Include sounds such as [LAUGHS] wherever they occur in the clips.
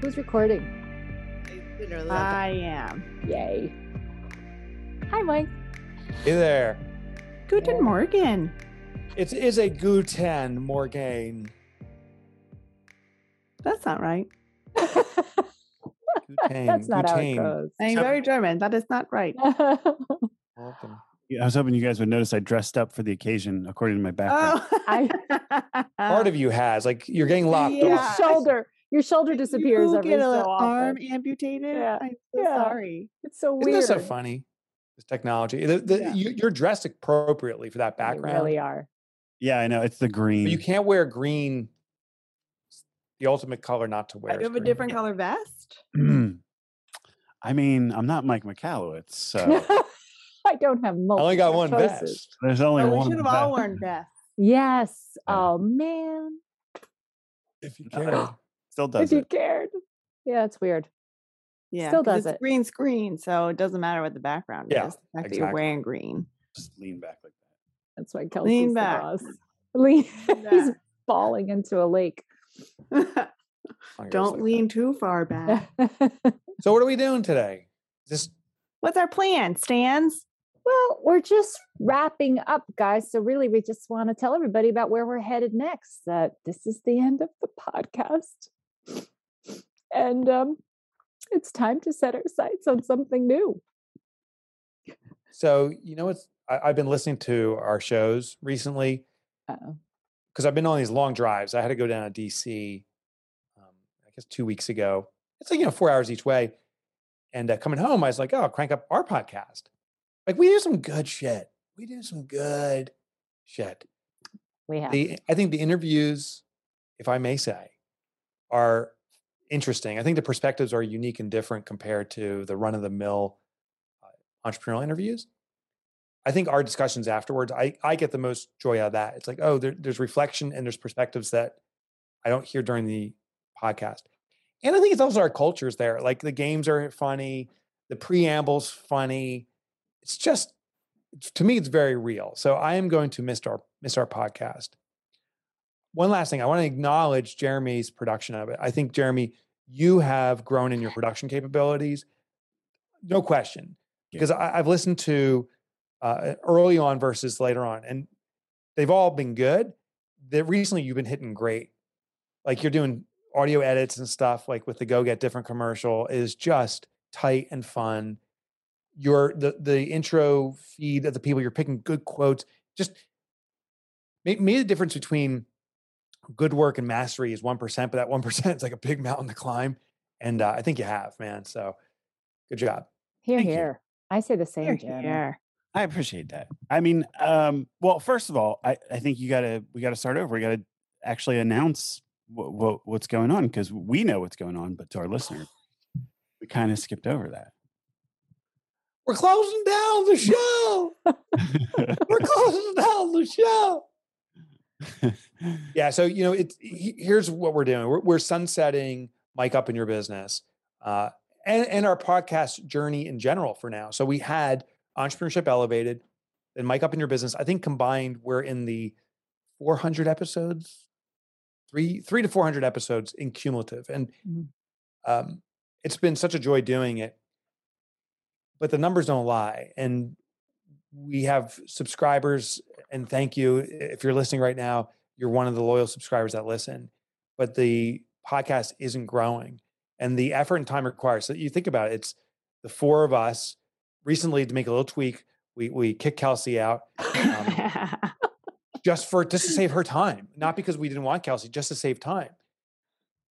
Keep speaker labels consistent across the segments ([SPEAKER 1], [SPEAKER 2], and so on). [SPEAKER 1] Who's recording?
[SPEAKER 2] Literally.
[SPEAKER 3] I am.
[SPEAKER 1] Yay. Hi,
[SPEAKER 3] [LAUGHS]
[SPEAKER 1] Mike.
[SPEAKER 4] Hey there.
[SPEAKER 3] Guten Morgen.
[SPEAKER 4] It is a Guten Morgen.
[SPEAKER 3] That's not right.
[SPEAKER 1] [LAUGHS]
[SPEAKER 4] Guten,
[SPEAKER 1] That's not how it
[SPEAKER 4] Guten.
[SPEAKER 1] goes.
[SPEAKER 3] I'm very German. That is not right.
[SPEAKER 4] Welcome.
[SPEAKER 5] Yeah, I was hoping you guys would notice I dressed up for the occasion according to my background.
[SPEAKER 3] Oh, [LAUGHS]
[SPEAKER 1] I- uh,
[SPEAKER 4] Part of you has, like, you're getting
[SPEAKER 1] [LAUGHS]
[SPEAKER 4] locked
[SPEAKER 1] your
[SPEAKER 3] Yeah.
[SPEAKER 1] shoulder, your shoulder disappears
[SPEAKER 3] You
[SPEAKER 1] every
[SPEAKER 3] get
[SPEAKER 1] so
[SPEAKER 3] an
[SPEAKER 1] often.
[SPEAKER 3] arm amputated.
[SPEAKER 1] Yeah.
[SPEAKER 3] I'm so
[SPEAKER 1] Yeah.
[SPEAKER 3] sorry.
[SPEAKER 1] It's so
[SPEAKER 4] Isn't
[SPEAKER 1] weird.
[SPEAKER 4] that so funny? This technology. The- the-
[SPEAKER 3] Yeah.
[SPEAKER 4] you, you're dressed appropriately for that
[SPEAKER 1] They
[SPEAKER 4] background.
[SPEAKER 1] really are.
[SPEAKER 5] Yeah, I know it's the green.
[SPEAKER 4] but you can't wear green. It's The ultimate color not to wear.
[SPEAKER 3] Do
[SPEAKER 4] is
[SPEAKER 3] you have a
[SPEAKER 4] green.
[SPEAKER 3] different color vest?
[SPEAKER 5] [CLEARS THROAT] I mean, I'm not Mike McAllowitz,
[SPEAKER 3] [LAUGHS]
[SPEAKER 5] so
[SPEAKER 1] [LAUGHS] I don't have multiple
[SPEAKER 4] Uh, I only got one
[SPEAKER 1] choices.
[SPEAKER 4] vest.
[SPEAKER 5] there's only
[SPEAKER 3] Oh, we
[SPEAKER 5] one.
[SPEAKER 3] should have
[SPEAKER 5] back- [LAUGHS]
[SPEAKER 3] all worn vests.
[SPEAKER 1] Yes.
[SPEAKER 5] Yeah.
[SPEAKER 1] Oh man.
[SPEAKER 4] If you
[SPEAKER 5] Uh-oh.
[SPEAKER 4] care. Oh,
[SPEAKER 5] Still does
[SPEAKER 1] if you
[SPEAKER 5] it.
[SPEAKER 1] cared. Yeah, it's weird.
[SPEAKER 3] Yeah,
[SPEAKER 1] Still
[SPEAKER 3] 'cause
[SPEAKER 1] does
[SPEAKER 3] it's
[SPEAKER 1] it.
[SPEAKER 3] green screen, so it doesn't matter what the background
[SPEAKER 4] Yeah,
[SPEAKER 3] is. The fact that you're
[SPEAKER 4] exactly.
[SPEAKER 3] wearing green.
[SPEAKER 5] Just lean back like
[SPEAKER 1] That's why Kelsey's the
[SPEAKER 3] back.
[SPEAKER 1] boss. [LAUGHS] Lean.
[SPEAKER 3] [LAUGHS]
[SPEAKER 1] He's
[SPEAKER 3] back.
[SPEAKER 1] falling into a lake. [LAUGHS]
[SPEAKER 4] Oh, yours like
[SPEAKER 3] Don't
[SPEAKER 4] that.
[SPEAKER 3] lean too far back.
[SPEAKER 4] So what are we doing today? Just
[SPEAKER 3] What's our plan, Stans?
[SPEAKER 1] Well, we're just wrapping up, guys. So, really, we just want to tell everybody about where we're headed next. That this is the end of the podcast. And um, it's time to set our sights on something new.
[SPEAKER 4] so you know it's I, I've been listening to our shows recently.
[SPEAKER 1] Uh-oh.
[SPEAKER 4] because I've been on these long drives. I had to go down to DC, um, I guess two weeks ago. It's like you know four hours each way, and uh, coming home, I was like, oh, crank up our podcast. Like we do some good shit. We do some good shit.
[SPEAKER 1] We have.
[SPEAKER 4] The I think the interviews, if I may say, are interesting. I think the perspectives are unique and different compared to the run of the mill uh, entrepreneurial interviews. I think our discussions afterwards, I, I get the most joy out of that. It's like, oh, there, there's reflection and there's perspectives that I don't hear during the podcast. And I think it's also our cultures there. Like the games are funny, the preamble's funny. It's just it's- to me, it's very real. So I am going to miss our miss our podcast. One last thing, I want to acknowledge Jeremy's production of it. I think Jeremy, you have grown in your production capabilities, no question.
[SPEAKER 5] Yeah.
[SPEAKER 4] Because I, I've listened to uh, early on versus later on, and they've all been good. That recently you've been hitting great, like you're doing audio edits and stuff. Like with the Go Get Different commercial is just tight and fun your the the intro feed of the people you're picking good quotes just made, made the difference between good work and mastery is 1% but that 1% [LAUGHS] is like a big mountain to climb and uh, i think you have man so good job
[SPEAKER 1] Here,
[SPEAKER 5] Thank you.
[SPEAKER 1] here. I say the
[SPEAKER 3] Here,
[SPEAKER 1] same, Jeremy.
[SPEAKER 3] here.
[SPEAKER 5] that. I appreciate that. I mean, um, well, first of all, I, I think you gotta we gotta start over. We gotta actually announce what, what what's going on because we know what's going on, but to our listeners, we kind of skipped over [SIGHS] that.
[SPEAKER 4] we're closing down the show we're closing down the show yeah so you know it's he- here's what we're doing we're, we're sunsetting mike up in your business uh, and and our podcast journey in general for now so we had entrepreneurship elevated and mike up in your business i think combined we're in the 400 episodes three three to 400 episodes in cumulative and
[SPEAKER 1] Mhm.
[SPEAKER 4] um, it's been such a joy doing it but the numbers don't lie and we have subscribers and thank you if you're listening right now you're one of the loyal subscribers that listen, but the podcast isn't growing. And the effort and time required. So you think about it, it's the four of us recently to make a little tweak. We we kicked Kelsey out
[SPEAKER 3] [LAUGHS]
[SPEAKER 4] um, just for just to save her time, not because we didn't want Kelsey, just to save time.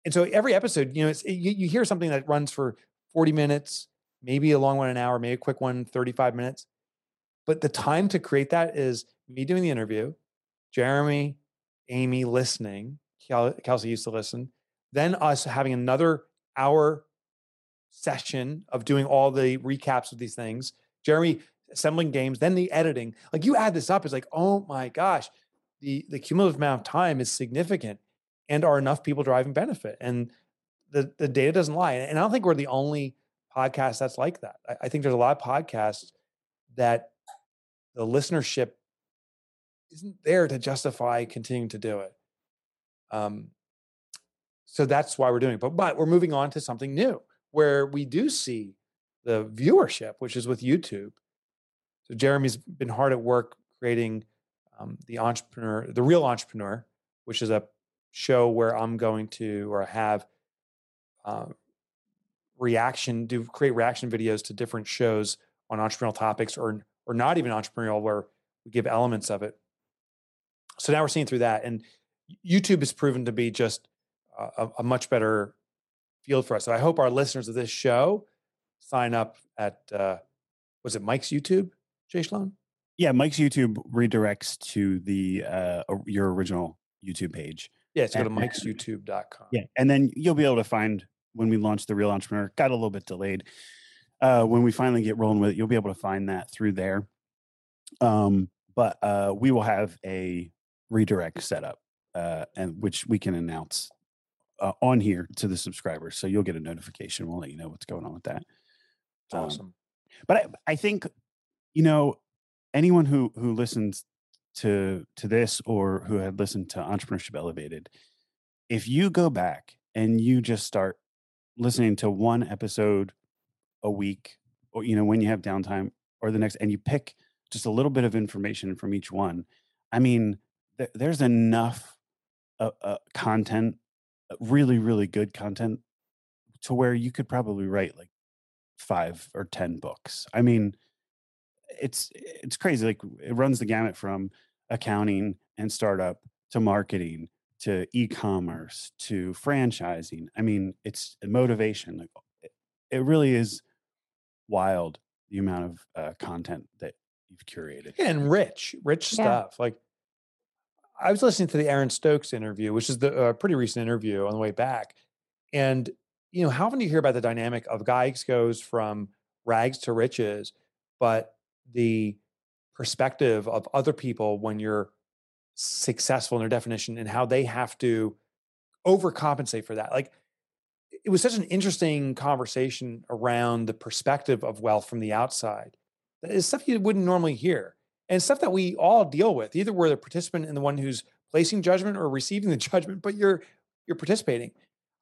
[SPEAKER 4] And so every episode, you know, it's you, you hear something that runs for 40 minutes, maybe a long one an hour, maybe a quick one 35 minutes. But the time to create that is me doing the interview, Jeremy, Amy listening, Kel- Kelsey used to listen, then us having another hour session of doing all the recaps of these things, Jeremy assembling games, then the editing. Like you add this up, it's like, oh my gosh, the the cumulative amount of time is significant. And are enough people driving benefit? And the the data doesn't lie. And I don't think we're the only podcast that's like that. I, I think there's a lot of podcasts that the listenership isn't there to justify continuing to do it. Um, so that's why we're doing it. But but we're moving on to something new where we do see the viewership, which is with YouTube. So Jeremy's been hard at work creating um, the entrepreneur, the real entrepreneur, which is a show where I'm going to or have uh, reaction do create reaction videos to different shows on entrepreneurial topics or or not even entrepreneurial where we give elements of it. So now we're seeing through that, and YouTube has proven to be just uh, a, a much better field for us. So I hope our listeners of this show sign up at uh, was it Mike's YouTube, Jay Shlone?
[SPEAKER 5] Yeah, Mike's YouTube redirects to the uh, or- your original YouTube page.
[SPEAKER 4] Yeah, so go to
[SPEAKER 5] And-
[SPEAKER 4] mikesyoutube.com.
[SPEAKER 5] Yeah, and then you'll be able to find when we launched the Real Entrepreneur. Got a little bit delayed. Uh, when we finally get rolling with it, you'll be able to find that through there. Um, but uh, we will have a redirect set up, uh, and which we can announce uh, on here to the subscribers. So you'll get a notification. We'll let you know what's going on with that.
[SPEAKER 4] It's awesome.
[SPEAKER 5] but I, I think you know anyone who who listens to to this or who had listened to entrepreneurship elevated if you go back and you just start listening to one episode a week or you know when you have downtime or the next and you pick just a little bit of information from each one i mean th- there's enough uh, uh, content uh, really really good content to where you could probably write like five or ten books. I mean, it's it's crazy. Like it runs the gamut from accounting and startup to marketing to e-commerce to franchising. I mean, it's motivation. Like it- it really is wild the amount of uh, content that you've curated.
[SPEAKER 4] Yeah, and rich, rich
[SPEAKER 1] Yeah.
[SPEAKER 4] stuff. Like I was listening to the Aaron Stokes interview, which is the uh, pretty recent interview on the way back, and you know how often do you hear about the dynamic of guys goes from rags to riches, but the perspective of other people when you're successful in their definition and how they have to overcompensate for that. Like it was such an interesting conversation around the perspective of wealth from the outside. That is stuff you wouldn't normally hear and stuff that we all deal with. Either we're the participant and the one who's placing judgment or receiving the [LAUGHS] judgment, but you're you're participating.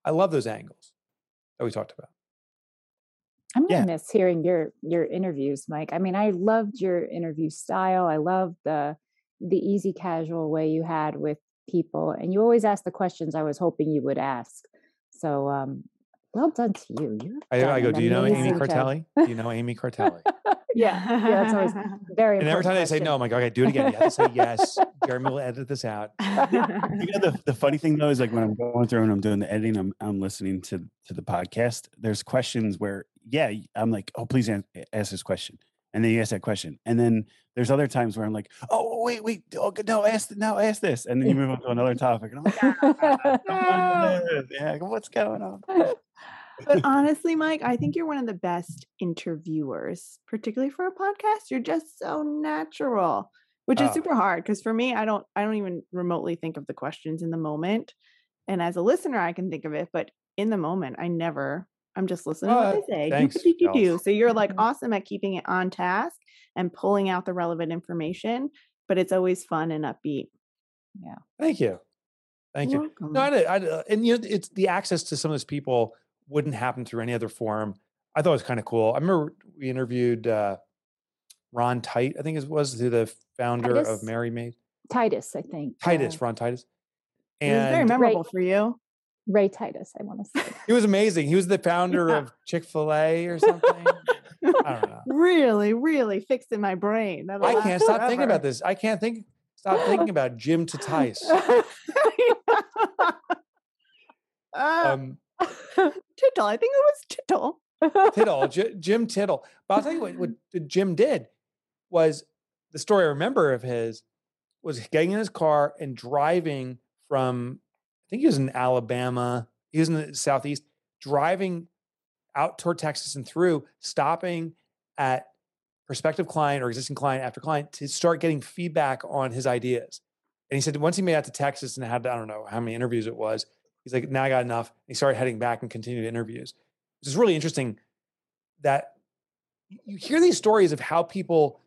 [SPEAKER 4] I love those angles that we talked about.
[SPEAKER 1] I'm gonna
[SPEAKER 5] Yeah.
[SPEAKER 1] miss hearing your your interviews, Mike. I mean, I loved your interview style. I loved the the easy casual way you had with people, and you always asked the questions I was hoping you would ask. So, um, well done to you. You have
[SPEAKER 4] I,
[SPEAKER 1] done
[SPEAKER 4] I go,
[SPEAKER 1] an
[SPEAKER 4] do you know Amy
[SPEAKER 1] amazing job."
[SPEAKER 4] Cartelli? Do you know Amy Cartelli?
[SPEAKER 1] Yeah, yeah, that's always very.
[SPEAKER 4] and every time they say no, I'm like, okay, do it again. You have to say yes. Jeremy will edit this out.
[SPEAKER 3] [LAUGHS]
[SPEAKER 1] [LAUGHS]
[SPEAKER 5] You know, the, the funny thing though is like when I'm going through and I'm doing the editing, I'm I'm listening to to the podcast. There's questions where, yeah, y- I'm like, oh, please an- ask this question, and then you ask that question, and then there's other times where I'm like, oh, wait, wait, oh, g- no, ask th- no, ask this, and then you move on to another topic, and I'm like, "Ah, yeah, what's going on?
[SPEAKER 4] [LAUGHS]
[SPEAKER 3] but honestly, Mike, I think you're one of the best interviewers, particularly for a podcast. You're just so natural, which is
[SPEAKER 4] Oh.
[SPEAKER 3] super hard because for me, I don't I don't even remotely think of the questions in the moment. And as a listener, I can think of it, but in the moment, I never I'm just listening to
[SPEAKER 4] Well,
[SPEAKER 3] what they say.
[SPEAKER 4] thanks,
[SPEAKER 3] do, do, do, do, do.
[SPEAKER 4] Alice.
[SPEAKER 3] So you're like
[SPEAKER 4] [LAUGHS]
[SPEAKER 1] Mhm.
[SPEAKER 3] awesome at keeping it on task and pulling out the relevant information, but it's always fun and upbeat.
[SPEAKER 4] Thank you. Thank you.
[SPEAKER 3] Welcome.
[SPEAKER 4] No, I, did- I did, uh, and you know, it's the access to some of those people wouldn't happen through any other forum. I thought it was kind of cool. I remember we interviewed uh, Ron Tite, I think it was, who the founder of
[SPEAKER 1] Titus?
[SPEAKER 4] Mary Maid.
[SPEAKER 1] [LAUGHS] Titus, I think
[SPEAKER 4] Titus,
[SPEAKER 1] uh,
[SPEAKER 4] Ron Titus.
[SPEAKER 3] it Oh. was very
[SPEAKER 4] And
[SPEAKER 3] memorable for you.
[SPEAKER 1] Ray Titus. I want to say.
[SPEAKER 4] he was amazing. He
[SPEAKER 3] [LAUGHS]
[SPEAKER 4] was the founder of Chick fil A or something. I don't know.
[SPEAKER 3] really, really fixed in my brain. That'll
[SPEAKER 4] I
[SPEAKER 3] last
[SPEAKER 4] can't
[SPEAKER 3] [LAUGHS]
[SPEAKER 4] stop thinking
[SPEAKER 3] forever.
[SPEAKER 4] about this. I can't think, stop
[SPEAKER 3] [LAUGHS]
[SPEAKER 4] thinking about
[SPEAKER 1] [LAUGHS]
[SPEAKER 4] Jim [LAUGHS] Titus.
[SPEAKER 3] [LAUGHS] uh,
[SPEAKER 4] Um,
[SPEAKER 3] Tittle. I think it
[SPEAKER 1] [LAUGHS]
[SPEAKER 3] was Tittle.
[SPEAKER 4] Tittle, J- Jim Tittle. But I'll tell you what, what Jim did was the story I remember of his was getting in his car and driving from, I think he was in Alabama, he was in the Southeast, driving out toward Texas and through, stopping at prospective client or existing client after client to start getting feedback on his ideas. And he said once he made out to Texas and had, I don't know how many interviews it was, he's like, now I got enough. he started heading back and continued interviews. Which is really interesting that y- you hear these stories of how people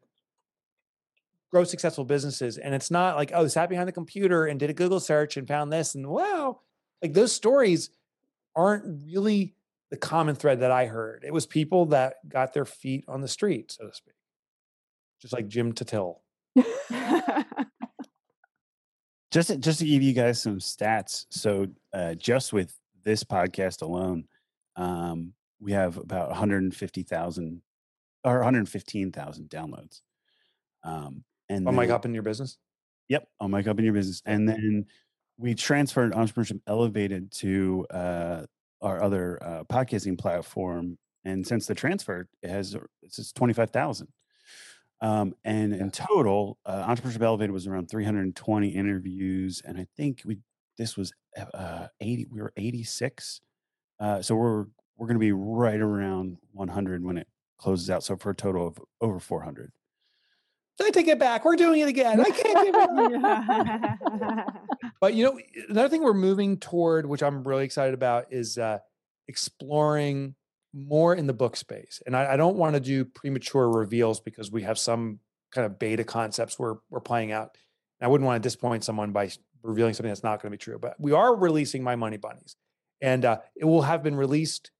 [SPEAKER 4] grow successful businesul businesses. And it's not like, oh, sat behind the computer and did a Google search and found this and wow. like those stories aren't really the common thread that I heard. It was people that got their feet on the street, so to speak, just like Jim Tatil.
[SPEAKER 5] Just to, just to give you guys some stats. So uh, just with this podcast alone, um, we have about 150,000 or 115,000 downloads. Um, and
[SPEAKER 4] Oh my
[SPEAKER 5] then-
[SPEAKER 4] God, in your business.
[SPEAKER 5] Yep. On Mike Up in Your Business. And then we transferred Entrepreneurship Elevated to uh, our other uh, podcasting platform. And since the transfer, it has uh, it's, it's 25,000. Um, and in total, uh, Entrepreneurship Elevated was around 320 interviews. And I think we this was uh, uh, 80, we were 86. Uh, so we're we're going to be right around 100 when it closes out. So for a total of over 400.
[SPEAKER 4] I take it back. We're doing it again. I can't give it up. But you know, eh, another thing we're moving toward, which I'm really excited about, is uh, exploring more in the book space. And I, I don't want to do premature reveals because we have some kind of beta concepts we're we're playing out. And I wouldn't want to disappoint someone by s- revealing something that's not going to be true. But we are releasing my money bunnies, and uh, it will have been released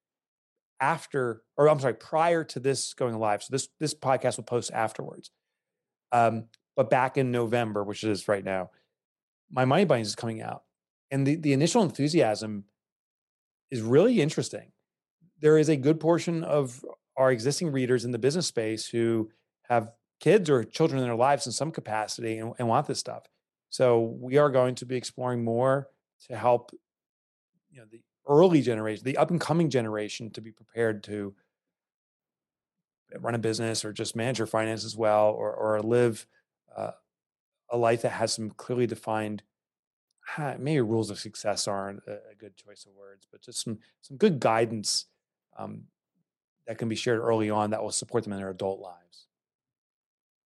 [SPEAKER 4] after, or I'm sorry, prior to this going live. So this this podcast will post afterwards. Um, but back in November, which it is right now my money bunnies is coming out and the, the initial enthusiasm is really interesting there is a good portion of our existing readers in the business space who have kids or children in their lives in some capacity and, and want this stuff so we are going to be exploring more to help you know the early generation the up and coming generation to be prepared to run a business or just manage your finances well or, or live uh, a life that has some clearly defined ah, maybe rules of success aren't a a good choice of words but just some some good guidance um, that can be shared early on that will support them in their adult lives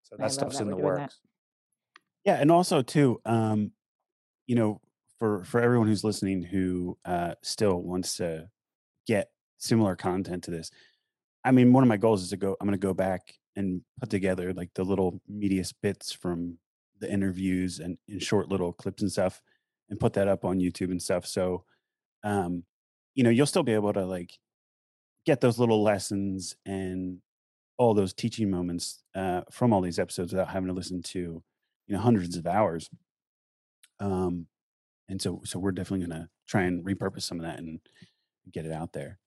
[SPEAKER 4] so
[SPEAKER 1] I
[SPEAKER 4] that
[SPEAKER 1] love
[SPEAKER 4] stuff's
[SPEAKER 1] that
[SPEAKER 4] in
[SPEAKER 1] we're
[SPEAKER 4] the
[SPEAKER 1] doing that.
[SPEAKER 4] works
[SPEAKER 5] Yeah, and also too, um, you know, for for everyone who's listening who uh, still wants to get similar content to this, I mean, one of my goals is to go. I'm going to go back and put together like the little media bits from the interviews and, and short little clips and stuff, and put that up on YouTube and stuff. So, um, you know, you'll still be able to like get those little lessons and all those teaching moments uh, from all these episodes without having to listen to you know hundreds of hours um and so so we're definitely going to try and repurpose some of that and get it out there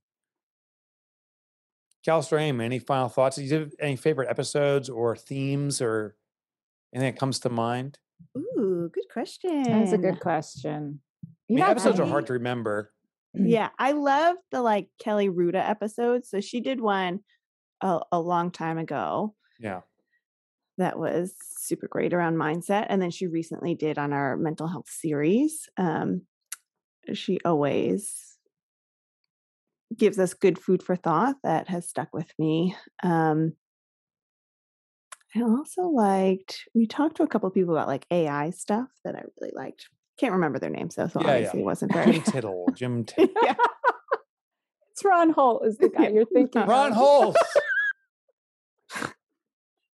[SPEAKER 4] Callister Aim, any final thoughts? Do you have any favorite episodes or themes or anything that comes to mind?
[SPEAKER 3] Ooh, good question.
[SPEAKER 1] That's a [CLEARS THROAT] good question.
[SPEAKER 4] I
[SPEAKER 1] You
[SPEAKER 4] mean,
[SPEAKER 1] know,
[SPEAKER 4] episodes are
[SPEAKER 1] I-
[SPEAKER 4] hard to remember.
[SPEAKER 3] yeah i love the like kelly ruta episodes so she did one a, a long time ago [LAUGHS]
[SPEAKER 4] Yeah.
[SPEAKER 3] that was super great around mindset and then she recently did on our mental health series um, she always gives us good food for thought that has stuck with me um, i also liked we talked to a couple people about like ai stuff that i really liked can't remember their names though so
[SPEAKER 4] Yeah, yeah.
[SPEAKER 3] obviously it
[SPEAKER 4] [LAUGHS]
[SPEAKER 3] wasn't very
[SPEAKER 4] Jim Tittle, Jim Tittle.
[SPEAKER 1] It's Ron Holt is the guy
[SPEAKER 3] [LAUGHS] Yeah.
[SPEAKER 4] [LAUGHS]
[SPEAKER 1] you're thinking.
[SPEAKER 4] Ron
[SPEAKER 1] of.
[SPEAKER 4] Holt.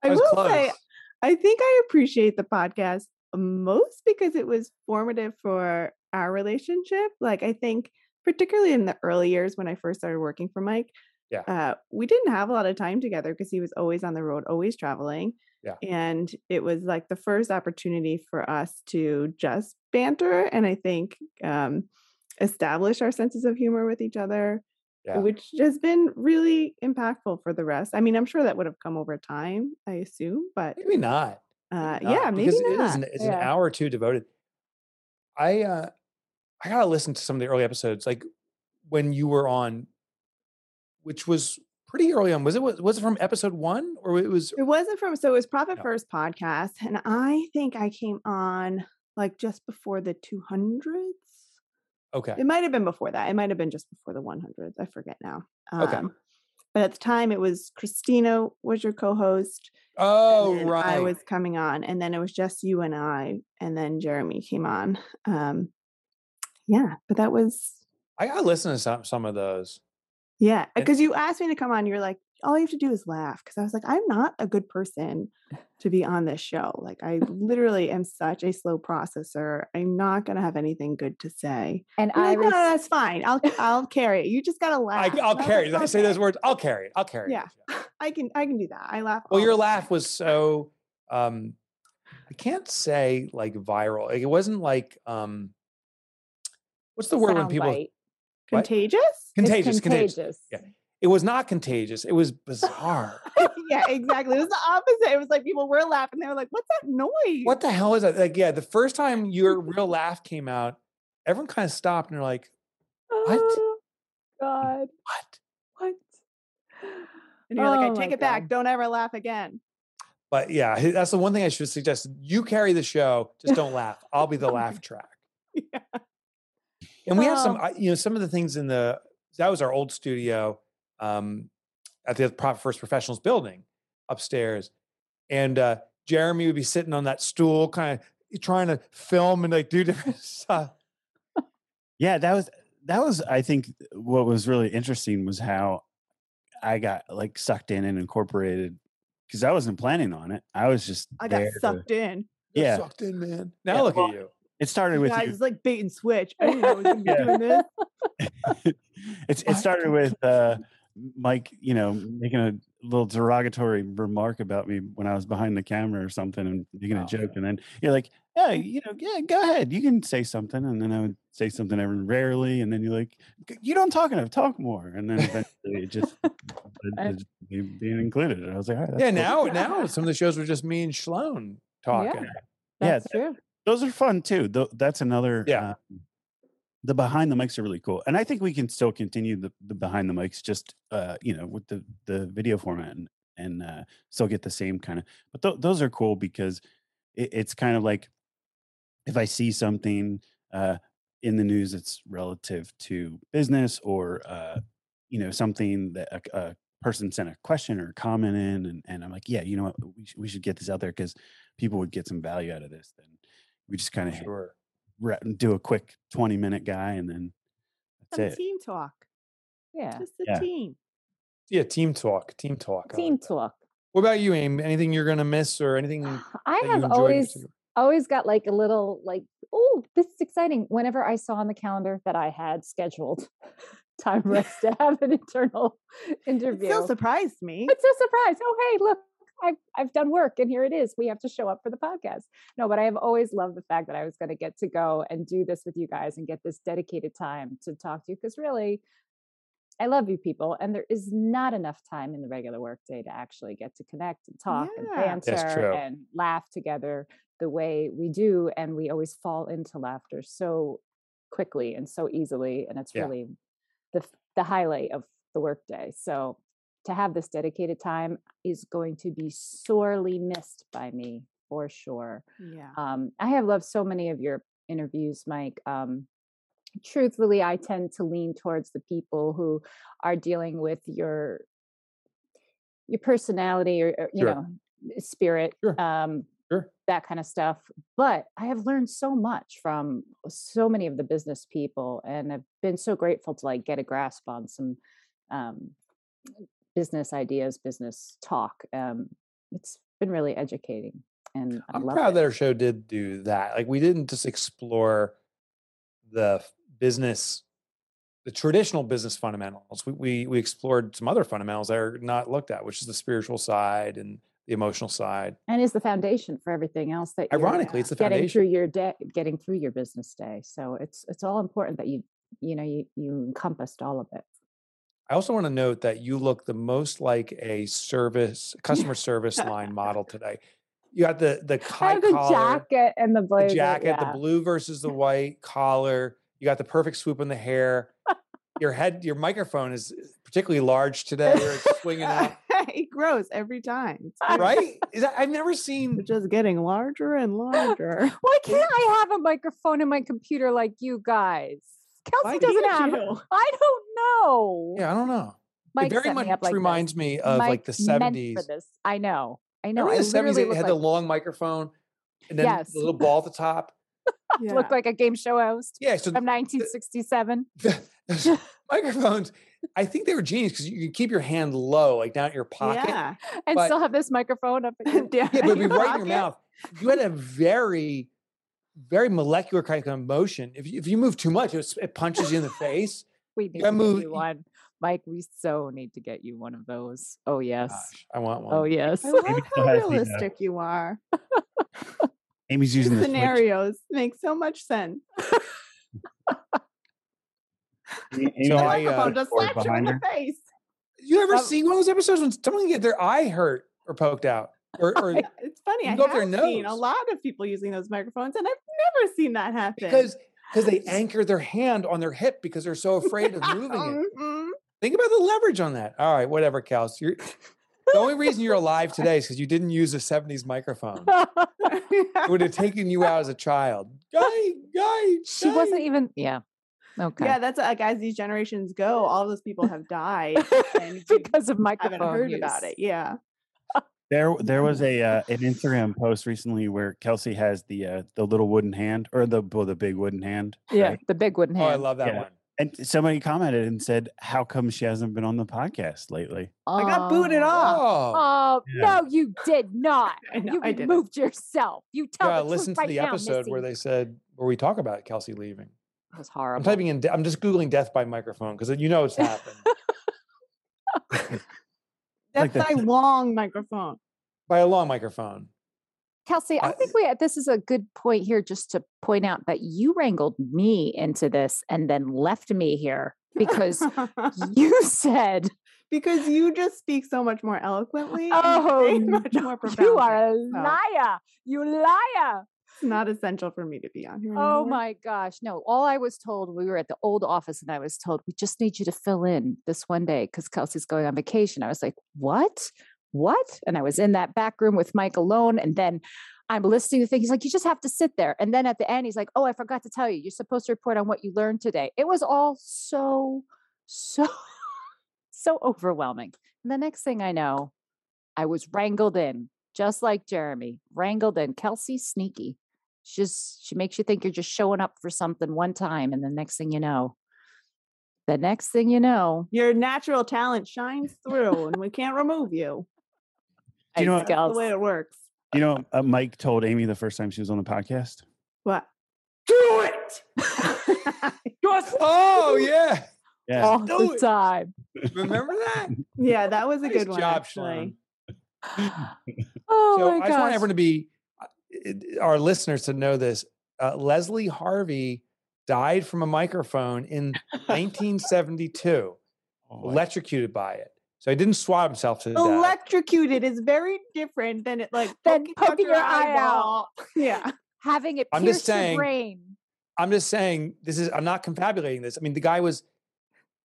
[SPEAKER 3] i
[SPEAKER 4] was
[SPEAKER 3] will
[SPEAKER 4] close.
[SPEAKER 3] say I think I appreciate the podcast most because it was formative for our relationship. Like I think particularly in the early years when I first started working for Mike,
[SPEAKER 4] Yeah.
[SPEAKER 3] uh, we didn't have a lot of time together because he was always on the road, always traveling.
[SPEAKER 4] Yeah.
[SPEAKER 3] And it was like the first opportunity for us to just banter and I think um, establish our senses of humor with each other,
[SPEAKER 4] Yeah.
[SPEAKER 3] which has been really impactful for the rest. I mean, I'm sure that would have come over time, I assume, but
[SPEAKER 4] Maybe not.
[SPEAKER 3] uh,
[SPEAKER 4] not,
[SPEAKER 3] yeah, maybe
[SPEAKER 4] because it is
[SPEAKER 3] not.
[SPEAKER 4] an, it's an
[SPEAKER 1] Yeah.
[SPEAKER 4] hour or two devoted. I uh, I gotta listen to some of the early episodes, like when you were on, which was pretty early on. Was it was, was it from episode one or it was?
[SPEAKER 3] It wasn't from so it was Profit
[SPEAKER 4] No.
[SPEAKER 3] First podcast, and I think I came on like just before the two hundreds.
[SPEAKER 4] Okay,
[SPEAKER 3] It might have been before that. It might have been just before the one hundreds. I forget now. um,
[SPEAKER 4] Okay.
[SPEAKER 3] But at the time, it was Christina was your co-host. and
[SPEAKER 4] oh
[SPEAKER 3] then
[SPEAKER 4] right,
[SPEAKER 3] I was coming on, and then it was just you and I, and then Jeremy came on. Um, yeah, but that was
[SPEAKER 4] I gotta listen to some some of those.
[SPEAKER 3] Yeah,
[SPEAKER 4] And-
[SPEAKER 3] because you asked me to come on, you're like, all you have to do is laugh because I was like, I'm not a good person to be on this show. Like,
[SPEAKER 4] [LAUGHS]
[SPEAKER 3] I literally am such a slow processor. I'm not going to have anything good to say.
[SPEAKER 1] And
[SPEAKER 3] And
[SPEAKER 1] I
[SPEAKER 3] like, no, no,
[SPEAKER 1] res-
[SPEAKER 3] that's fine.
[SPEAKER 4] [LAUGHS]
[SPEAKER 3] I'll I'll carry it. You just gotta
[SPEAKER 4] I,
[SPEAKER 3] laugh.
[SPEAKER 4] I'll
[SPEAKER 3] And I Ah, was
[SPEAKER 4] carry.
[SPEAKER 3] like,
[SPEAKER 4] Did I say those
[SPEAKER 3] "Okay,
[SPEAKER 4] words? I'll carry it. I'll carry it.
[SPEAKER 3] Yeah. [LAUGHS] Oh. I can I can do that. I laugh.
[SPEAKER 4] Well,
[SPEAKER 3] all
[SPEAKER 4] your
[SPEAKER 3] the
[SPEAKER 4] laugh
[SPEAKER 3] time.
[SPEAKER 4] was so um I can't say like viral. Like, it wasn't like um what's the word when people
[SPEAKER 1] soundbite.
[SPEAKER 4] what? [LAUGHS]
[SPEAKER 3] contagious. [LAUGHS]
[SPEAKER 1] It's
[SPEAKER 4] contagious, contagious.
[SPEAKER 1] contagious.
[SPEAKER 4] Yeah. It was not contagious. It was bizarre.
[SPEAKER 3] [LAUGHS] yeah, exactly. It was the opposite. It was like people were laughing. They were like, "What's that noise?"
[SPEAKER 4] what the hell is that? Like, yeah, the first time
[SPEAKER 3] [LAUGHS]
[SPEAKER 4] your real laugh came out, everyone kind of stopped and they're like, What?
[SPEAKER 1] Oh, God.
[SPEAKER 4] What?
[SPEAKER 1] What?
[SPEAKER 3] And you're like,
[SPEAKER 1] Oh
[SPEAKER 3] "I
[SPEAKER 1] my
[SPEAKER 3] take it back. Don't ever laugh again."
[SPEAKER 4] But yeah, h- that's the one thing I should suggest. You carry the show, just don't laugh. I'll be the laugh track.
[SPEAKER 3] Yeah.
[SPEAKER 4] And we have some,
[SPEAKER 3] Oh.
[SPEAKER 4] I- you know, some of the things in the that was our old studio um, at the Prop First Professionals building upstairs, and uh, Jeremy would be sitting on that stool, kind of trying to film and like do [LAUGHS] different stuff.
[SPEAKER 5] Yeah, that was that was I think what was really interesting was how I got like sucked in and incorporated because I wasn't planning on it. I was just
[SPEAKER 3] I got
[SPEAKER 5] there to-
[SPEAKER 3] sucked in.
[SPEAKER 4] You're
[SPEAKER 5] Yeah.
[SPEAKER 4] sucked in, man. Now
[SPEAKER 5] Yeah,
[SPEAKER 4] look
[SPEAKER 5] well,
[SPEAKER 4] at you.
[SPEAKER 5] It started
[SPEAKER 3] You
[SPEAKER 5] with
[SPEAKER 3] guys,
[SPEAKER 5] you.
[SPEAKER 3] it's like bait and switch. I didn't know I
[SPEAKER 1] [LAUGHS]
[SPEAKER 3] was gonna be
[SPEAKER 5] [LAUGHS] Yeah.
[SPEAKER 3] doing this.
[SPEAKER 5] it's [LAUGHS]
[SPEAKER 4] I
[SPEAKER 5] it started
[SPEAKER 4] don't
[SPEAKER 5] with
[SPEAKER 4] get
[SPEAKER 5] uh Mike, you know, making a little derogatory remark about me when I was behind the camera or something and making
[SPEAKER 4] Oh.
[SPEAKER 5] a joke. And then you're like, Hey, you know, yeah, go ahead. You can say something. And then I would say something every rarely. And then you're like, "G- you don't talk enough, talk more. And then eventually it
[SPEAKER 4] [LAUGHS]
[SPEAKER 5] just
[SPEAKER 1] I-
[SPEAKER 5] it's being included. And I was like, All right, that's
[SPEAKER 4] Yeah,
[SPEAKER 5] cool."
[SPEAKER 4] now now some of the shows were just me and Sloan talking.
[SPEAKER 5] Yeah,
[SPEAKER 1] That's true.
[SPEAKER 5] those are fun too. Tho- that's another.
[SPEAKER 4] Yeah.
[SPEAKER 5] um, the behind the mics are really cool, and I think we can still continue the, the behind the mics, just uh, you know, with the the video format and and uh, still get the same kind of. But tho- those are cool because it, it's kind of like if I see something uh, in the news that's relative to business or uh, you know something that a, a person sent a question or comment in, and, and I'm like, yeah, you know what, we, sh- we should get this out there because people would get some value out of this. Then we just kind of
[SPEAKER 4] Sure.
[SPEAKER 5] re- do a quick 20 minute guy and then
[SPEAKER 3] Some
[SPEAKER 5] that's it.
[SPEAKER 3] team talk.
[SPEAKER 1] Yeah.
[SPEAKER 3] Just a
[SPEAKER 5] Yeah.
[SPEAKER 3] team.
[SPEAKER 4] Yeah, team talk. Team talk. I like
[SPEAKER 1] Team
[SPEAKER 4] that.
[SPEAKER 1] talk.
[SPEAKER 4] What about you, Aim? Anything you're gonna miss or anything that
[SPEAKER 1] Ah, I
[SPEAKER 4] you
[SPEAKER 1] have
[SPEAKER 4] enjoyed in
[SPEAKER 1] always
[SPEAKER 4] particular?
[SPEAKER 1] always got like a little like oh this is exciting whenever i saw on the calendar that i had scheduled [LAUGHS] time for us to have an internal
[SPEAKER 3] It
[SPEAKER 1] interview
[SPEAKER 3] still surprised
[SPEAKER 4] [LAUGHS]
[SPEAKER 3] me.
[SPEAKER 1] it's a surprise oh hey look I've, I've done work and here it is we have to show up for the podcast no but i have always loved the fact that i was going to get to go and do this with you guys and get this dedicated time to talk to you because really i love you people and there is not enough time in the regular workday to actually get to connect and talk and
[SPEAKER 3] Yeah.
[SPEAKER 1] banter
[SPEAKER 3] That's
[SPEAKER 4] true.
[SPEAKER 1] and laugh together the way we do and we always fall into laughter so quickly and so easily and it's
[SPEAKER 4] Yeah.
[SPEAKER 1] really the f- the highlight of the workday so to have this dedicated time is going to be sorely missed by me for sure
[SPEAKER 3] Yeah.
[SPEAKER 1] um, i have loved so many of your interviews mike um, truthfully i tend to lean towards the people who are dealing with your your personality or, or, you
[SPEAKER 4] Sure.
[SPEAKER 1] know eh, spirit
[SPEAKER 4] Sure.
[SPEAKER 1] um,
[SPEAKER 4] Sure.
[SPEAKER 1] that kind of stuff. But I have learned so much from so many of the business people, and I've been so grateful to like get a grasp on some um, business ideas, business talk. Um, it's been really educating, and I
[SPEAKER 4] I'm
[SPEAKER 1] love
[SPEAKER 4] proud
[SPEAKER 1] it.
[SPEAKER 4] that our show did do that. Like we didn't just explore the f- business, the traditional business fundamentals. We we we explored some other fundamentals that are not looked at, which is the spiritual side and the emotional side.
[SPEAKER 1] and is the foundation for everything else that you're
[SPEAKER 4] Ironically, it's the
[SPEAKER 1] getting through
[SPEAKER 4] foundation.
[SPEAKER 1] your day, getting through your business day. So it's it's all important that you you know you you encompassed all of it.
[SPEAKER 4] I also want to note that you look the most like
[SPEAKER 1] [LAUGHS]
[SPEAKER 4] a service customer service line model today. You got the the
[SPEAKER 1] I
[SPEAKER 4] high
[SPEAKER 1] have the
[SPEAKER 4] collar,
[SPEAKER 1] jacket and the
[SPEAKER 4] the
[SPEAKER 1] blazer.
[SPEAKER 4] jacket, the
[SPEAKER 1] yeah.
[SPEAKER 4] blue versus the white collar. You got the perfect swoop in the hair. Your head, your microphone is uh, particularly large today. Or
[SPEAKER 1] [LAUGHS]
[SPEAKER 4] it's swinging out,
[SPEAKER 3] [LAUGHS] it grows every time.
[SPEAKER 4] [LAUGHS]
[SPEAKER 3] It's weird.
[SPEAKER 4] right? Is that, I've never
[SPEAKER 3] It's
[SPEAKER 4] seen.
[SPEAKER 3] just getting larger and
[SPEAKER 4] [LAUGHS]
[SPEAKER 3] larger.
[SPEAKER 1] Why can't I have a microphone in my computer like you guys? Kelsey doesn't have.
[SPEAKER 4] [LAUGHS]
[SPEAKER 1] it. I don't know.
[SPEAKER 4] Yeah, I don't know.
[SPEAKER 1] Mike
[SPEAKER 4] it very
[SPEAKER 1] set me
[SPEAKER 4] much
[SPEAKER 1] up like
[SPEAKER 4] reminds
[SPEAKER 1] this.
[SPEAKER 4] me of like
[SPEAKER 1] Mike
[SPEAKER 4] the
[SPEAKER 1] meant for
[SPEAKER 4] seventies.
[SPEAKER 1] this. I know. I know.
[SPEAKER 4] Remember
[SPEAKER 1] I
[SPEAKER 4] in the seventies,
[SPEAKER 1] literally
[SPEAKER 4] it
[SPEAKER 1] look
[SPEAKER 4] had
[SPEAKER 1] like
[SPEAKER 4] the long microphone and then
[SPEAKER 1] Yes.
[SPEAKER 4] the little ball at the top.
[SPEAKER 3] Yeah.
[SPEAKER 1] Look like a game show host
[SPEAKER 4] Yeah. So
[SPEAKER 1] from 1967. [LAUGHS]
[SPEAKER 4] those microphones, I think they were genius because you could keep your hand low, like down at your pocket. Yeah, [LAUGHS]
[SPEAKER 3] Yeah. [LAUGHS]
[SPEAKER 1] And
[SPEAKER 4] But-
[SPEAKER 1] still have this microphone up.
[SPEAKER 4] [LAUGHS]
[SPEAKER 1] at your-
[SPEAKER 3] Down [LAUGHS]
[SPEAKER 4] but it'd be
[SPEAKER 3] your
[SPEAKER 4] right
[SPEAKER 3] pocket.
[SPEAKER 4] in your mouth. You had a very, very molecular kind of motion. If you, if you move too much, it, was- it punches you in the face.
[SPEAKER 1] We need
[SPEAKER 4] I
[SPEAKER 1] to
[SPEAKER 4] moved-
[SPEAKER 1] get you one. Mike, we so need to get you one of those. Oh, yes.
[SPEAKER 4] Gosh, I want one.
[SPEAKER 1] Oh, yes.
[SPEAKER 3] I love
[SPEAKER 5] Maybe
[SPEAKER 3] how
[SPEAKER 5] she'll have the, uh,
[SPEAKER 3] realistic you are.
[SPEAKER 5] Amy's using the Switch.
[SPEAKER 3] Scenarios make so much sense.
[SPEAKER 5] Amy's
[SPEAKER 4] So
[SPEAKER 5] using
[SPEAKER 3] The
[SPEAKER 5] the
[SPEAKER 4] I, uh,
[SPEAKER 3] microphone just
[SPEAKER 5] switchboard
[SPEAKER 3] slaps you in
[SPEAKER 5] behind
[SPEAKER 3] the
[SPEAKER 5] her.
[SPEAKER 3] face.
[SPEAKER 4] You ever
[SPEAKER 1] Um,
[SPEAKER 4] see one of those episodes when someone can get their eye hurt or poked out? Or, or
[SPEAKER 3] I- It's funny.
[SPEAKER 4] You
[SPEAKER 3] I
[SPEAKER 4] go up their
[SPEAKER 3] have seen a
[SPEAKER 4] nose.
[SPEAKER 3] lot of people using those microphones, and I've never seen that happen.
[SPEAKER 4] because because they anchor their hand on their hip because they're so
[SPEAKER 3] [LAUGHS]
[SPEAKER 4] afraid of moving it.
[SPEAKER 3] Mhm.
[SPEAKER 4] Think about the leverage on that. All right, whatever, Kels. You're, the only reason you're alive today is because you didn't use a 70s microphone.
[SPEAKER 1] [LAUGHS]
[SPEAKER 3] [LAUGHS]
[SPEAKER 4] It would have taken you out as a child. Guy, guy,
[SPEAKER 1] [LAUGHS] She
[SPEAKER 4] guy.
[SPEAKER 1] wasn't even, yeah. Okay. [LAUGHS]
[SPEAKER 3] Yeah, that's uh, like as these generations go, all those people have died and we
[SPEAKER 1] because of microphone
[SPEAKER 3] haven't heard about
[SPEAKER 1] use.
[SPEAKER 3] it. Yeah.
[SPEAKER 5] There, there was a uh, an Instagram post recently where Kelsey has the uh, the little wooden hand or the well, the big wooden hand.
[SPEAKER 1] Yeah,
[SPEAKER 5] right?
[SPEAKER 1] the big wooden
[SPEAKER 4] Oh, I
[SPEAKER 1] hand.
[SPEAKER 4] love that
[SPEAKER 5] Yeah.
[SPEAKER 4] one.
[SPEAKER 5] And somebody commented and said, "How come she hasn't been on the podcast lately?"
[SPEAKER 3] I got booted
[SPEAKER 1] Oh.
[SPEAKER 3] off.
[SPEAKER 4] Oh,
[SPEAKER 1] [LAUGHS] Oh
[SPEAKER 5] Yeah.
[SPEAKER 1] no, you did not.
[SPEAKER 3] I know,
[SPEAKER 1] you
[SPEAKER 3] I didn't.
[SPEAKER 1] removed yourself. You
[SPEAKER 4] you
[SPEAKER 1] tell
[SPEAKER 4] gotta
[SPEAKER 1] the
[SPEAKER 4] listen
[SPEAKER 1] truth
[SPEAKER 4] to
[SPEAKER 1] right
[SPEAKER 4] the
[SPEAKER 1] now,
[SPEAKER 4] episode where
[SPEAKER 1] Missy. Uh-huh.
[SPEAKER 4] they said where we talk about Kelsey leaving.
[SPEAKER 1] It was
[SPEAKER 4] I'm
[SPEAKER 1] horrible.
[SPEAKER 4] typing in. De- I'm just googling death by microphone because you know
[SPEAKER 1] [LAUGHS]
[SPEAKER 4] it's happened
[SPEAKER 5] Like
[SPEAKER 3] That's my
[SPEAKER 5] the-
[SPEAKER 3] long microphone.
[SPEAKER 4] by a long microphone.
[SPEAKER 1] Kelsey, I
[SPEAKER 4] I-
[SPEAKER 1] think we this is a good point here just to point out that you wrangled me into this and then left me here because you [LAUGHS] said
[SPEAKER 3] [LAUGHS] because you just speak so much more eloquently. and
[SPEAKER 1] Oh, [LAUGHS]
[SPEAKER 3] say [LAUGHS] much more profound.
[SPEAKER 1] you are a
[SPEAKER 3] things, so
[SPEAKER 1] liar. You liar.
[SPEAKER 3] It's not essential for me to be on here.
[SPEAKER 1] Oh
[SPEAKER 3] anymore.
[SPEAKER 1] my gosh. No, all I was told, we were at the old office and I was told, we just need you to fill in this one day because Kelsey's going on vacation. I was like, what? What? And I was in that back room with Mike alone. And then I'm listening to things. He's like, you just have to sit there. And then at the end, he's like, oh, I forgot to tell you, you're supposed to report on what you learned today. It was all so, so, [LAUGHS] so overwhelming. And the next thing I know, I was wrangled in, just like Jeremy, wrangled in. Kelsey sneaky. She just she makes you think you're just showing up for something one time, and the next thing you know, the next thing you know,
[SPEAKER 3] Your natural talent shines through, and we can't remove you.
[SPEAKER 5] Do you know
[SPEAKER 1] it's
[SPEAKER 5] what-
[SPEAKER 3] That's the way
[SPEAKER 1] Kels.
[SPEAKER 3] it works.
[SPEAKER 5] You know, what, uh, Mike told Amy the first time she was on the podcast.
[SPEAKER 3] What?
[SPEAKER 4] Do it.
[SPEAKER 3] [LAUGHS]
[SPEAKER 1] [LAUGHS]
[SPEAKER 4] Oh [LAUGHS] yeah.
[SPEAKER 5] Yeah,
[SPEAKER 1] all
[SPEAKER 4] do
[SPEAKER 1] the
[SPEAKER 4] it.
[SPEAKER 1] time.
[SPEAKER 4] Remember that?
[SPEAKER 3] yeah, that was a
[SPEAKER 4] Nice
[SPEAKER 3] good one.
[SPEAKER 4] job,
[SPEAKER 3] actually.
[SPEAKER 4] Sean.
[SPEAKER 1] Oh
[SPEAKER 4] so I
[SPEAKER 1] my
[SPEAKER 4] just want
[SPEAKER 1] gosh!
[SPEAKER 4] everyone to be uh, it- our listeners to know this. Uh, Leslie Harvey died from a
[SPEAKER 1] [LAUGHS]
[SPEAKER 4] microphone in 1972,
[SPEAKER 5] Oh, I-
[SPEAKER 4] electrocuted by it. So he didn't swab himself to death.
[SPEAKER 3] Electrocuted is very different than it like
[SPEAKER 1] Than
[SPEAKER 3] poking,
[SPEAKER 1] poking your eye
[SPEAKER 3] eyeball. Yeah. [LAUGHS]
[SPEAKER 1] Having it
[SPEAKER 4] I'm
[SPEAKER 1] pierce
[SPEAKER 4] just
[SPEAKER 1] your
[SPEAKER 4] saying-
[SPEAKER 1] brain.
[SPEAKER 4] I'm just saying this is. I'm not confabulating this. I mean, the guy was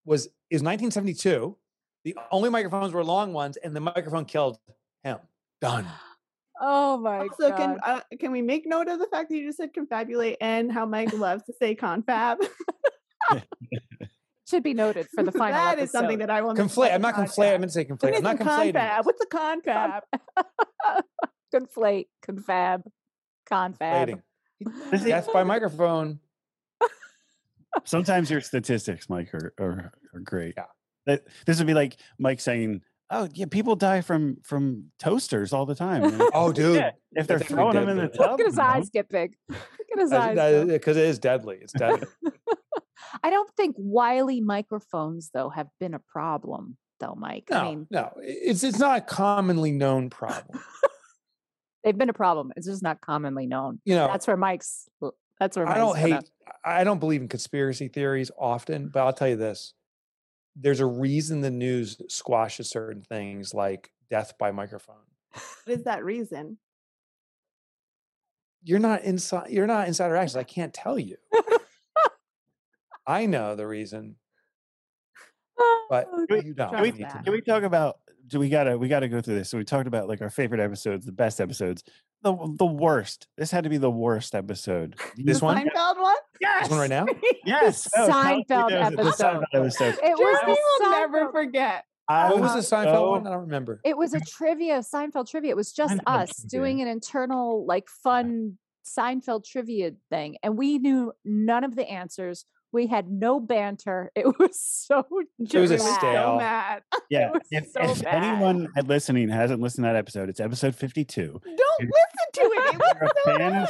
[SPEAKER 4] was is 1972. The only microphones were long ones, and the microphone killed him. Done.
[SPEAKER 1] Oh my
[SPEAKER 3] Also,
[SPEAKER 1] god!
[SPEAKER 3] can uh, can we make note of the fact that you just said confabulate and how Mike loves to say confab?
[SPEAKER 1] Should be noted
[SPEAKER 3] [LAUGHS]
[SPEAKER 1] for the final.
[SPEAKER 3] That is something
[SPEAKER 1] episode.
[SPEAKER 3] that I will miss about
[SPEAKER 4] Conflate. I'm
[SPEAKER 3] the
[SPEAKER 4] not conflate. I
[SPEAKER 3] podcast.
[SPEAKER 4] meant to say
[SPEAKER 3] Give
[SPEAKER 4] conflate.
[SPEAKER 3] me
[SPEAKER 4] I'm not
[SPEAKER 3] some
[SPEAKER 4] conflating.
[SPEAKER 3] confab.
[SPEAKER 4] this.
[SPEAKER 3] What's a confab?
[SPEAKER 1] conflate, [LAUGHS] confab, confab.
[SPEAKER 4] Conflating. Death by microphone.
[SPEAKER 5] Sometimes your statistics, Mike, are are, are great.
[SPEAKER 4] Yeah.
[SPEAKER 5] That, this would be like Mike saying, "Oh yeah, people die from from toasters all the time." And it's
[SPEAKER 4] Oh,
[SPEAKER 5] like,
[SPEAKER 4] dude.
[SPEAKER 5] yeah, if they're
[SPEAKER 4] That's
[SPEAKER 5] throwing them in the
[SPEAKER 4] ridiculous.
[SPEAKER 1] Look
[SPEAKER 5] tub,
[SPEAKER 1] at his
[SPEAKER 5] you know,
[SPEAKER 1] eyes get big. Look at his eyes. go.
[SPEAKER 4] Because it is deadly.
[SPEAKER 1] [LAUGHS]
[SPEAKER 4] It's deadly.
[SPEAKER 1] I don't think Wiley microphones though have been a problem though, Mike.
[SPEAKER 4] No,
[SPEAKER 1] I mean,
[SPEAKER 4] no, i- it's it's not a commonly known problem.
[SPEAKER 1] they've been a problem. It's just not commonly known.
[SPEAKER 4] You know,
[SPEAKER 1] That's where Mike's. l- That's where
[SPEAKER 4] Oh. I
[SPEAKER 1] Mike's
[SPEAKER 4] don't
[SPEAKER 1] gonna-
[SPEAKER 4] hate, I I don't believe in conspiracy theories often, but I'll tell you this: there's a reason the news squashes certain things like death by microphone.
[SPEAKER 3] What is that reason?
[SPEAKER 4] You're not inside. You're not insider access. I can't tell you. I know the reason, but
[SPEAKER 1] Oh,
[SPEAKER 5] we-
[SPEAKER 4] you don't.
[SPEAKER 1] trust
[SPEAKER 4] need to
[SPEAKER 1] that.
[SPEAKER 5] Can we
[SPEAKER 4] know.
[SPEAKER 5] talk about? Do we gotta we gotta go through this? So we talked about like our favorite episodes, the best episodes, the the worst. This had to be the worst episode.
[SPEAKER 4] This
[SPEAKER 3] The
[SPEAKER 4] one?
[SPEAKER 3] Seinfeld one? Yes.
[SPEAKER 4] This
[SPEAKER 5] [LAUGHS]
[SPEAKER 4] one right now.
[SPEAKER 5] Yes,
[SPEAKER 1] The
[SPEAKER 5] no, Kelsey
[SPEAKER 1] Seinfeld
[SPEAKER 5] knows it, the
[SPEAKER 1] episode.
[SPEAKER 5] Seinfeld episode.
[SPEAKER 1] It was the
[SPEAKER 3] Jeremy will never
[SPEAKER 1] Seinfeld-
[SPEAKER 3] forget.
[SPEAKER 5] I Oh,
[SPEAKER 4] What was the Seinfeld
[SPEAKER 5] so-
[SPEAKER 4] one? I don't remember.
[SPEAKER 1] It was a trivia, Seinfeld trivia. It was just
[SPEAKER 5] Seinfeld
[SPEAKER 1] us
[SPEAKER 5] trivia.
[SPEAKER 1] doing an internal, like, fun Seinfeld trivia thing, and we knew none of the answers. We had no banter. [LAUGHS] It was so
[SPEAKER 4] It was a
[SPEAKER 1] bad.
[SPEAKER 4] stale.
[SPEAKER 3] mad.
[SPEAKER 5] Yeah.
[SPEAKER 1] was
[SPEAKER 5] If,
[SPEAKER 1] so
[SPEAKER 5] if
[SPEAKER 1] bad.
[SPEAKER 5] anyone listening hasn't listened to that episode, it's episode 52.
[SPEAKER 3] Don't listen to it. It was
[SPEAKER 5] If you're
[SPEAKER 3] so
[SPEAKER 5] a fan of
[SPEAKER 3] bad.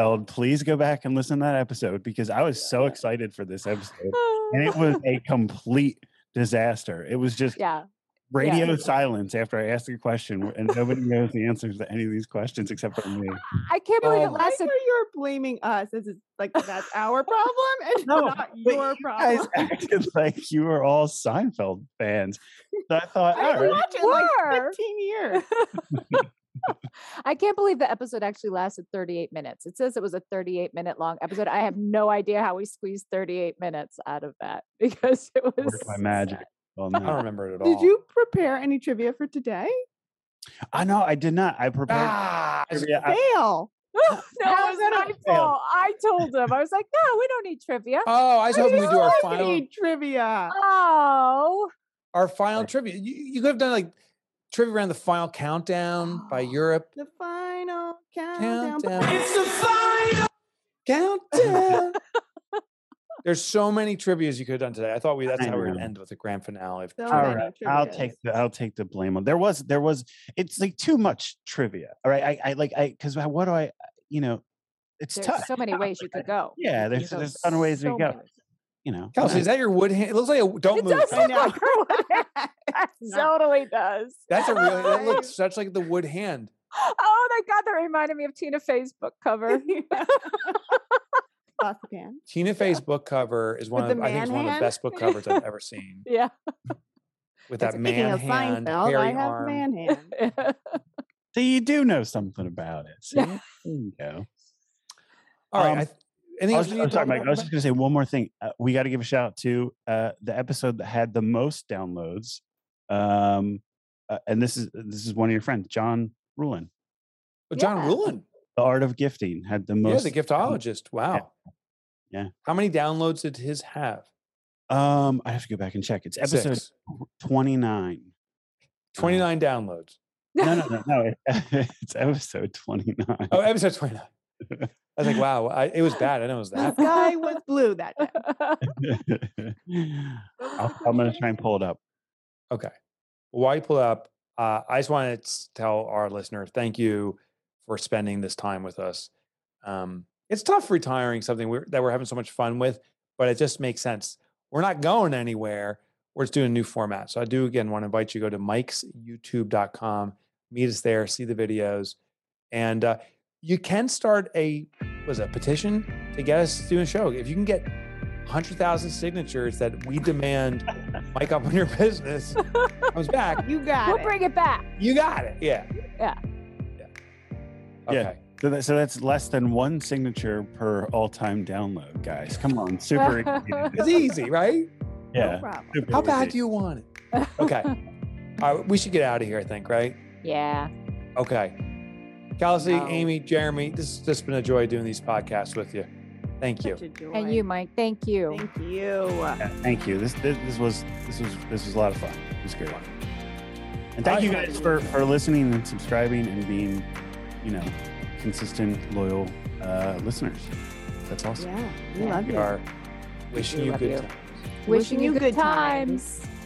[SPEAKER 5] Seinfeld, please go back and listen to that episode because I was so excited for this episode. And it was
[SPEAKER 1] [LAUGHS]
[SPEAKER 5] a complete disaster. It was
[SPEAKER 1] [SIGHS]
[SPEAKER 5] just
[SPEAKER 1] yeah.
[SPEAKER 5] radio silence after I asked a question, and nobody knows the answers to any of these questions except for me.
[SPEAKER 1] I can't believe
[SPEAKER 4] Oh
[SPEAKER 1] it
[SPEAKER 4] my-
[SPEAKER 1] lasted.
[SPEAKER 3] you're blaming us. This is like that's our problem and
[SPEAKER 5] No,
[SPEAKER 3] not
[SPEAKER 5] but
[SPEAKER 3] your
[SPEAKER 1] Oh.
[SPEAKER 5] guys
[SPEAKER 3] problem.
[SPEAKER 5] acted like you were all Seinfeld fans. So I thought,
[SPEAKER 3] I
[SPEAKER 5] all
[SPEAKER 3] didn't
[SPEAKER 5] right,
[SPEAKER 3] watch it in like
[SPEAKER 1] Were.
[SPEAKER 3] 15 years.
[SPEAKER 1] I can't believe the episode actually lasted 38 minutes. It says it was a 38 minute long episode. I have no idea how we squeezed 38 minutes out of that [LAUGHS] because it was
[SPEAKER 5] worked my magic. Well,
[SPEAKER 4] I don't
[SPEAKER 5] no.
[SPEAKER 4] remember it at all.
[SPEAKER 3] Did you prepare any trivia for today?
[SPEAKER 5] I know I did not. I [LAUGHS] prepared.
[SPEAKER 4] Ah, I was-
[SPEAKER 5] trivia. I-
[SPEAKER 3] Fail.
[SPEAKER 1] [LAUGHS]
[SPEAKER 5] [LAUGHS]
[SPEAKER 1] no, it
[SPEAKER 3] How
[SPEAKER 1] was
[SPEAKER 3] is that
[SPEAKER 1] my
[SPEAKER 3] a
[SPEAKER 5] fail?
[SPEAKER 1] fault. I told him. I was like, no, we don't need trivia.
[SPEAKER 4] oh, I was
[SPEAKER 3] I
[SPEAKER 4] hoping we
[SPEAKER 3] [LAUGHS]
[SPEAKER 4] do our
[SPEAKER 3] like
[SPEAKER 4] final
[SPEAKER 3] any trivia.
[SPEAKER 1] Oh,
[SPEAKER 4] our final
[SPEAKER 5] Sorry.
[SPEAKER 4] trivia. You, you could have done like trivia around the final countdown by [GASPS]
[SPEAKER 3] Oh.
[SPEAKER 4] Europe.
[SPEAKER 3] The final countdown.
[SPEAKER 4] Countdown.
[SPEAKER 3] [LAUGHS]
[SPEAKER 4] It's the final countdown. There's so many trivias you could have done today. I thought we that's
[SPEAKER 5] I
[SPEAKER 4] how we would
[SPEAKER 5] know.
[SPEAKER 4] end with a grand finale. Of
[SPEAKER 1] Ah,
[SPEAKER 3] So
[SPEAKER 4] trivia.
[SPEAKER 5] All
[SPEAKER 3] many
[SPEAKER 5] right, I'll
[SPEAKER 3] trivias.
[SPEAKER 5] take the I'll take the blame on. There was there was it's like too much trivia. All right, I, I like I because what do I you know it's
[SPEAKER 1] there's
[SPEAKER 5] tough.
[SPEAKER 1] so many ways you could go.
[SPEAKER 5] Yeah,
[SPEAKER 1] You
[SPEAKER 5] there's
[SPEAKER 1] go
[SPEAKER 5] there's other ways
[SPEAKER 1] so
[SPEAKER 5] we
[SPEAKER 1] many
[SPEAKER 5] go.
[SPEAKER 1] ways.
[SPEAKER 5] You know, [LAUGHS]
[SPEAKER 4] Kelsey, is that your wood hand? It looks like a don't
[SPEAKER 1] It
[SPEAKER 4] move.
[SPEAKER 1] does
[SPEAKER 4] Kelsey.
[SPEAKER 1] look like her wood hand. [LAUGHS] It
[SPEAKER 3] No.
[SPEAKER 1] totally does.
[SPEAKER 4] That's a really that
[SPEAKER 3] Right.
[SPEAKER 4] looks such like the wood hand.
[SPEAKER 1] Oh my god, that reminded me of Tina Fey's book cover. [LAUGHS]
[SPEAKER 5] [LAUGHS]
[SPEAKER 3] Lots of pan.
[SPEAKER 4] Tina Fey's book cover is one
[SPEAKER 3] With
[SPEAKER 4] of
[SPEAKER 3] the
[SPEAKER 4] I think it's one of
[SPEAKER 3] man
[SPEAKER 4] the best book
[SPEAKER 1] hand?
[SPEAKER 4] covers I've
[SPEAKER 1] [LAUGHS]
[SPEAKER 4] ever seen.
[SPEAKER 1] yeah.
[SPEAKER 4] With
[SPEAKER 3] And
[SPEAKER 4] that man hand, hairy
[SPEAKER 3] I have
[SPEAKER 4] arm.
[SPEAKER 3] man
[SPEAKER 4] [LAUGHS]
[SPEAKER 3] hand.
[SPEAKER 5] so you do know something about it. See?
[SPEAKER 1] Yeah. [LAUGHS]
[SPEAKER 5] There you go.
[SPEAKER 4] All right.
[SPEAKER 5] Um,
[SPEAKER 4] I th- anything
[SPEAKER 5] I
[SPEAKER 4] else
[SPEAKER 5] was,
[SPEAKER 4] we
[SPEAKER 5] I'm sorry,
[SPEAKER 4] need to talk
[SPEAKER 5] Mike.
[SPEAKER 4] about?
[SPEAKER 5] I was just going to say one more thing. Uh, we got to give a shout out to uh, the episode that had the most downloads, um, uh, and this is this is one of your friends, John Rulin.
[SPEAKER 4] Oh, John
[SPEAKER 3] Yeah.
[SPEAKER 4] Rulin.
[SPEAKER 5] The Art of Gifting had the
[SPEAKER 4] Yeah,
[SPEAKER 5] most. um,
[SPEAKER 4] the giftologist. Wow.
[SPEAKER 5] Yeah.
[SPEAKER 4] How many downloads did his have?
[SPEAKER 5] Um, I have to go back and check. It's episode
[SPEAKER 4] Six.
[SPEAKER 5] twenty nine.
[SPEAKER 4] 29 downloads.
[SPEAKER 5] No, no,
[SPEAKER 4] [LAUGHS]
[SPEAKER 5] no, no. it- [LAUGHS] It's episode twenty nine.
[SPEAKER 4] Oh, episode 29. I was like, wow, I, it was bad. I know it was
[SPEAKER 3] The
[SPEAKER 4] that.
[SPEAKER 3] sky was blue that day.
[SPEAKER 5] [LAUGHS]
[SPEAKER 1] [LAUGHS]
[SPEAKER 5] I'll, I'm going to try and pull it up.
[SPEAKER 4] Okay. While you pull up, uh, I just want to tell our listener thank you for spending this time with us. Um, it's tough retiring something we're, that we're having so much fun with, but it just makes sense. We're not going anywhere. We're just doing a new format. So I do again want to invite you to go to Mike's YouTube.com, meet us there, see the videos, and uh, you can start a was a petition to get us to do a show. If you can get 100,000 signatures that we demand Mike up on your business comes back,
[SPEAKER 3] You got
[SPEAKER 1] we'll
[SPEAKER 3] it.
[SPEAKER 1] bring it back.
[SPEAKER 4] you got it. Yeah.
[SPEAKER 1] Yeah.
[SPEAKER 4] Yeah.
[SPEAKER 5] Yeah.
[SPEAKER 4] Okay.
[SPEAKER 5] So, that, so that's less than one signature per all time download, guys. Come on, super.
[SPEAKER 4] [LAUGHS]
[SPEAKER 5] easy.
[SPEAKER 4] It's easy, right?
[SPEAKER 5] yeah.
[SPEAKER 3] problem.
[SPEAKER 5] super
[SPEAKER 4] How bad
[SPEAKER 5] easy.
[SPEAKER 4] do you want it? Okay. All right, we should get out of here, I think, right?
[SPEAKER 1] Yeah.
[SPEAKER 4] Okay. Kelsey,
[SPEAKER 3] No.
[SPEAKER 4] Amy, Jeremy, this has just been a joy doing these podcasts with you. Thank you.
[SPEAKER 3] Such a joy.
[SPEAKER 1] And you, Mike. Thank you.
[SPEAKER 3] Thank you.
[SPEAKER 5] Yeah, thank you. This, this this was this was this was a lot of fun. It was great. And thank
[SPEAKER 4] I-
[SPEAKER 5] you guys for for listening and subscribing and being, you know, consistent, loyal uh, listeners. That's awesome.
[SPEAKER 3] Yeah, we love
[SPEAKER 4] we
[SPEAKER 3] you.
[SPEAKER 4] are wishing
[SPEAKER 1] We
[SPEAKER 4] you
[SPEAKER 1] love
[SPEAKER 4] good
[SPEAKER 1] you.
[SPEAKER 4] times.
[SPEAKER 1] Wishing you good times.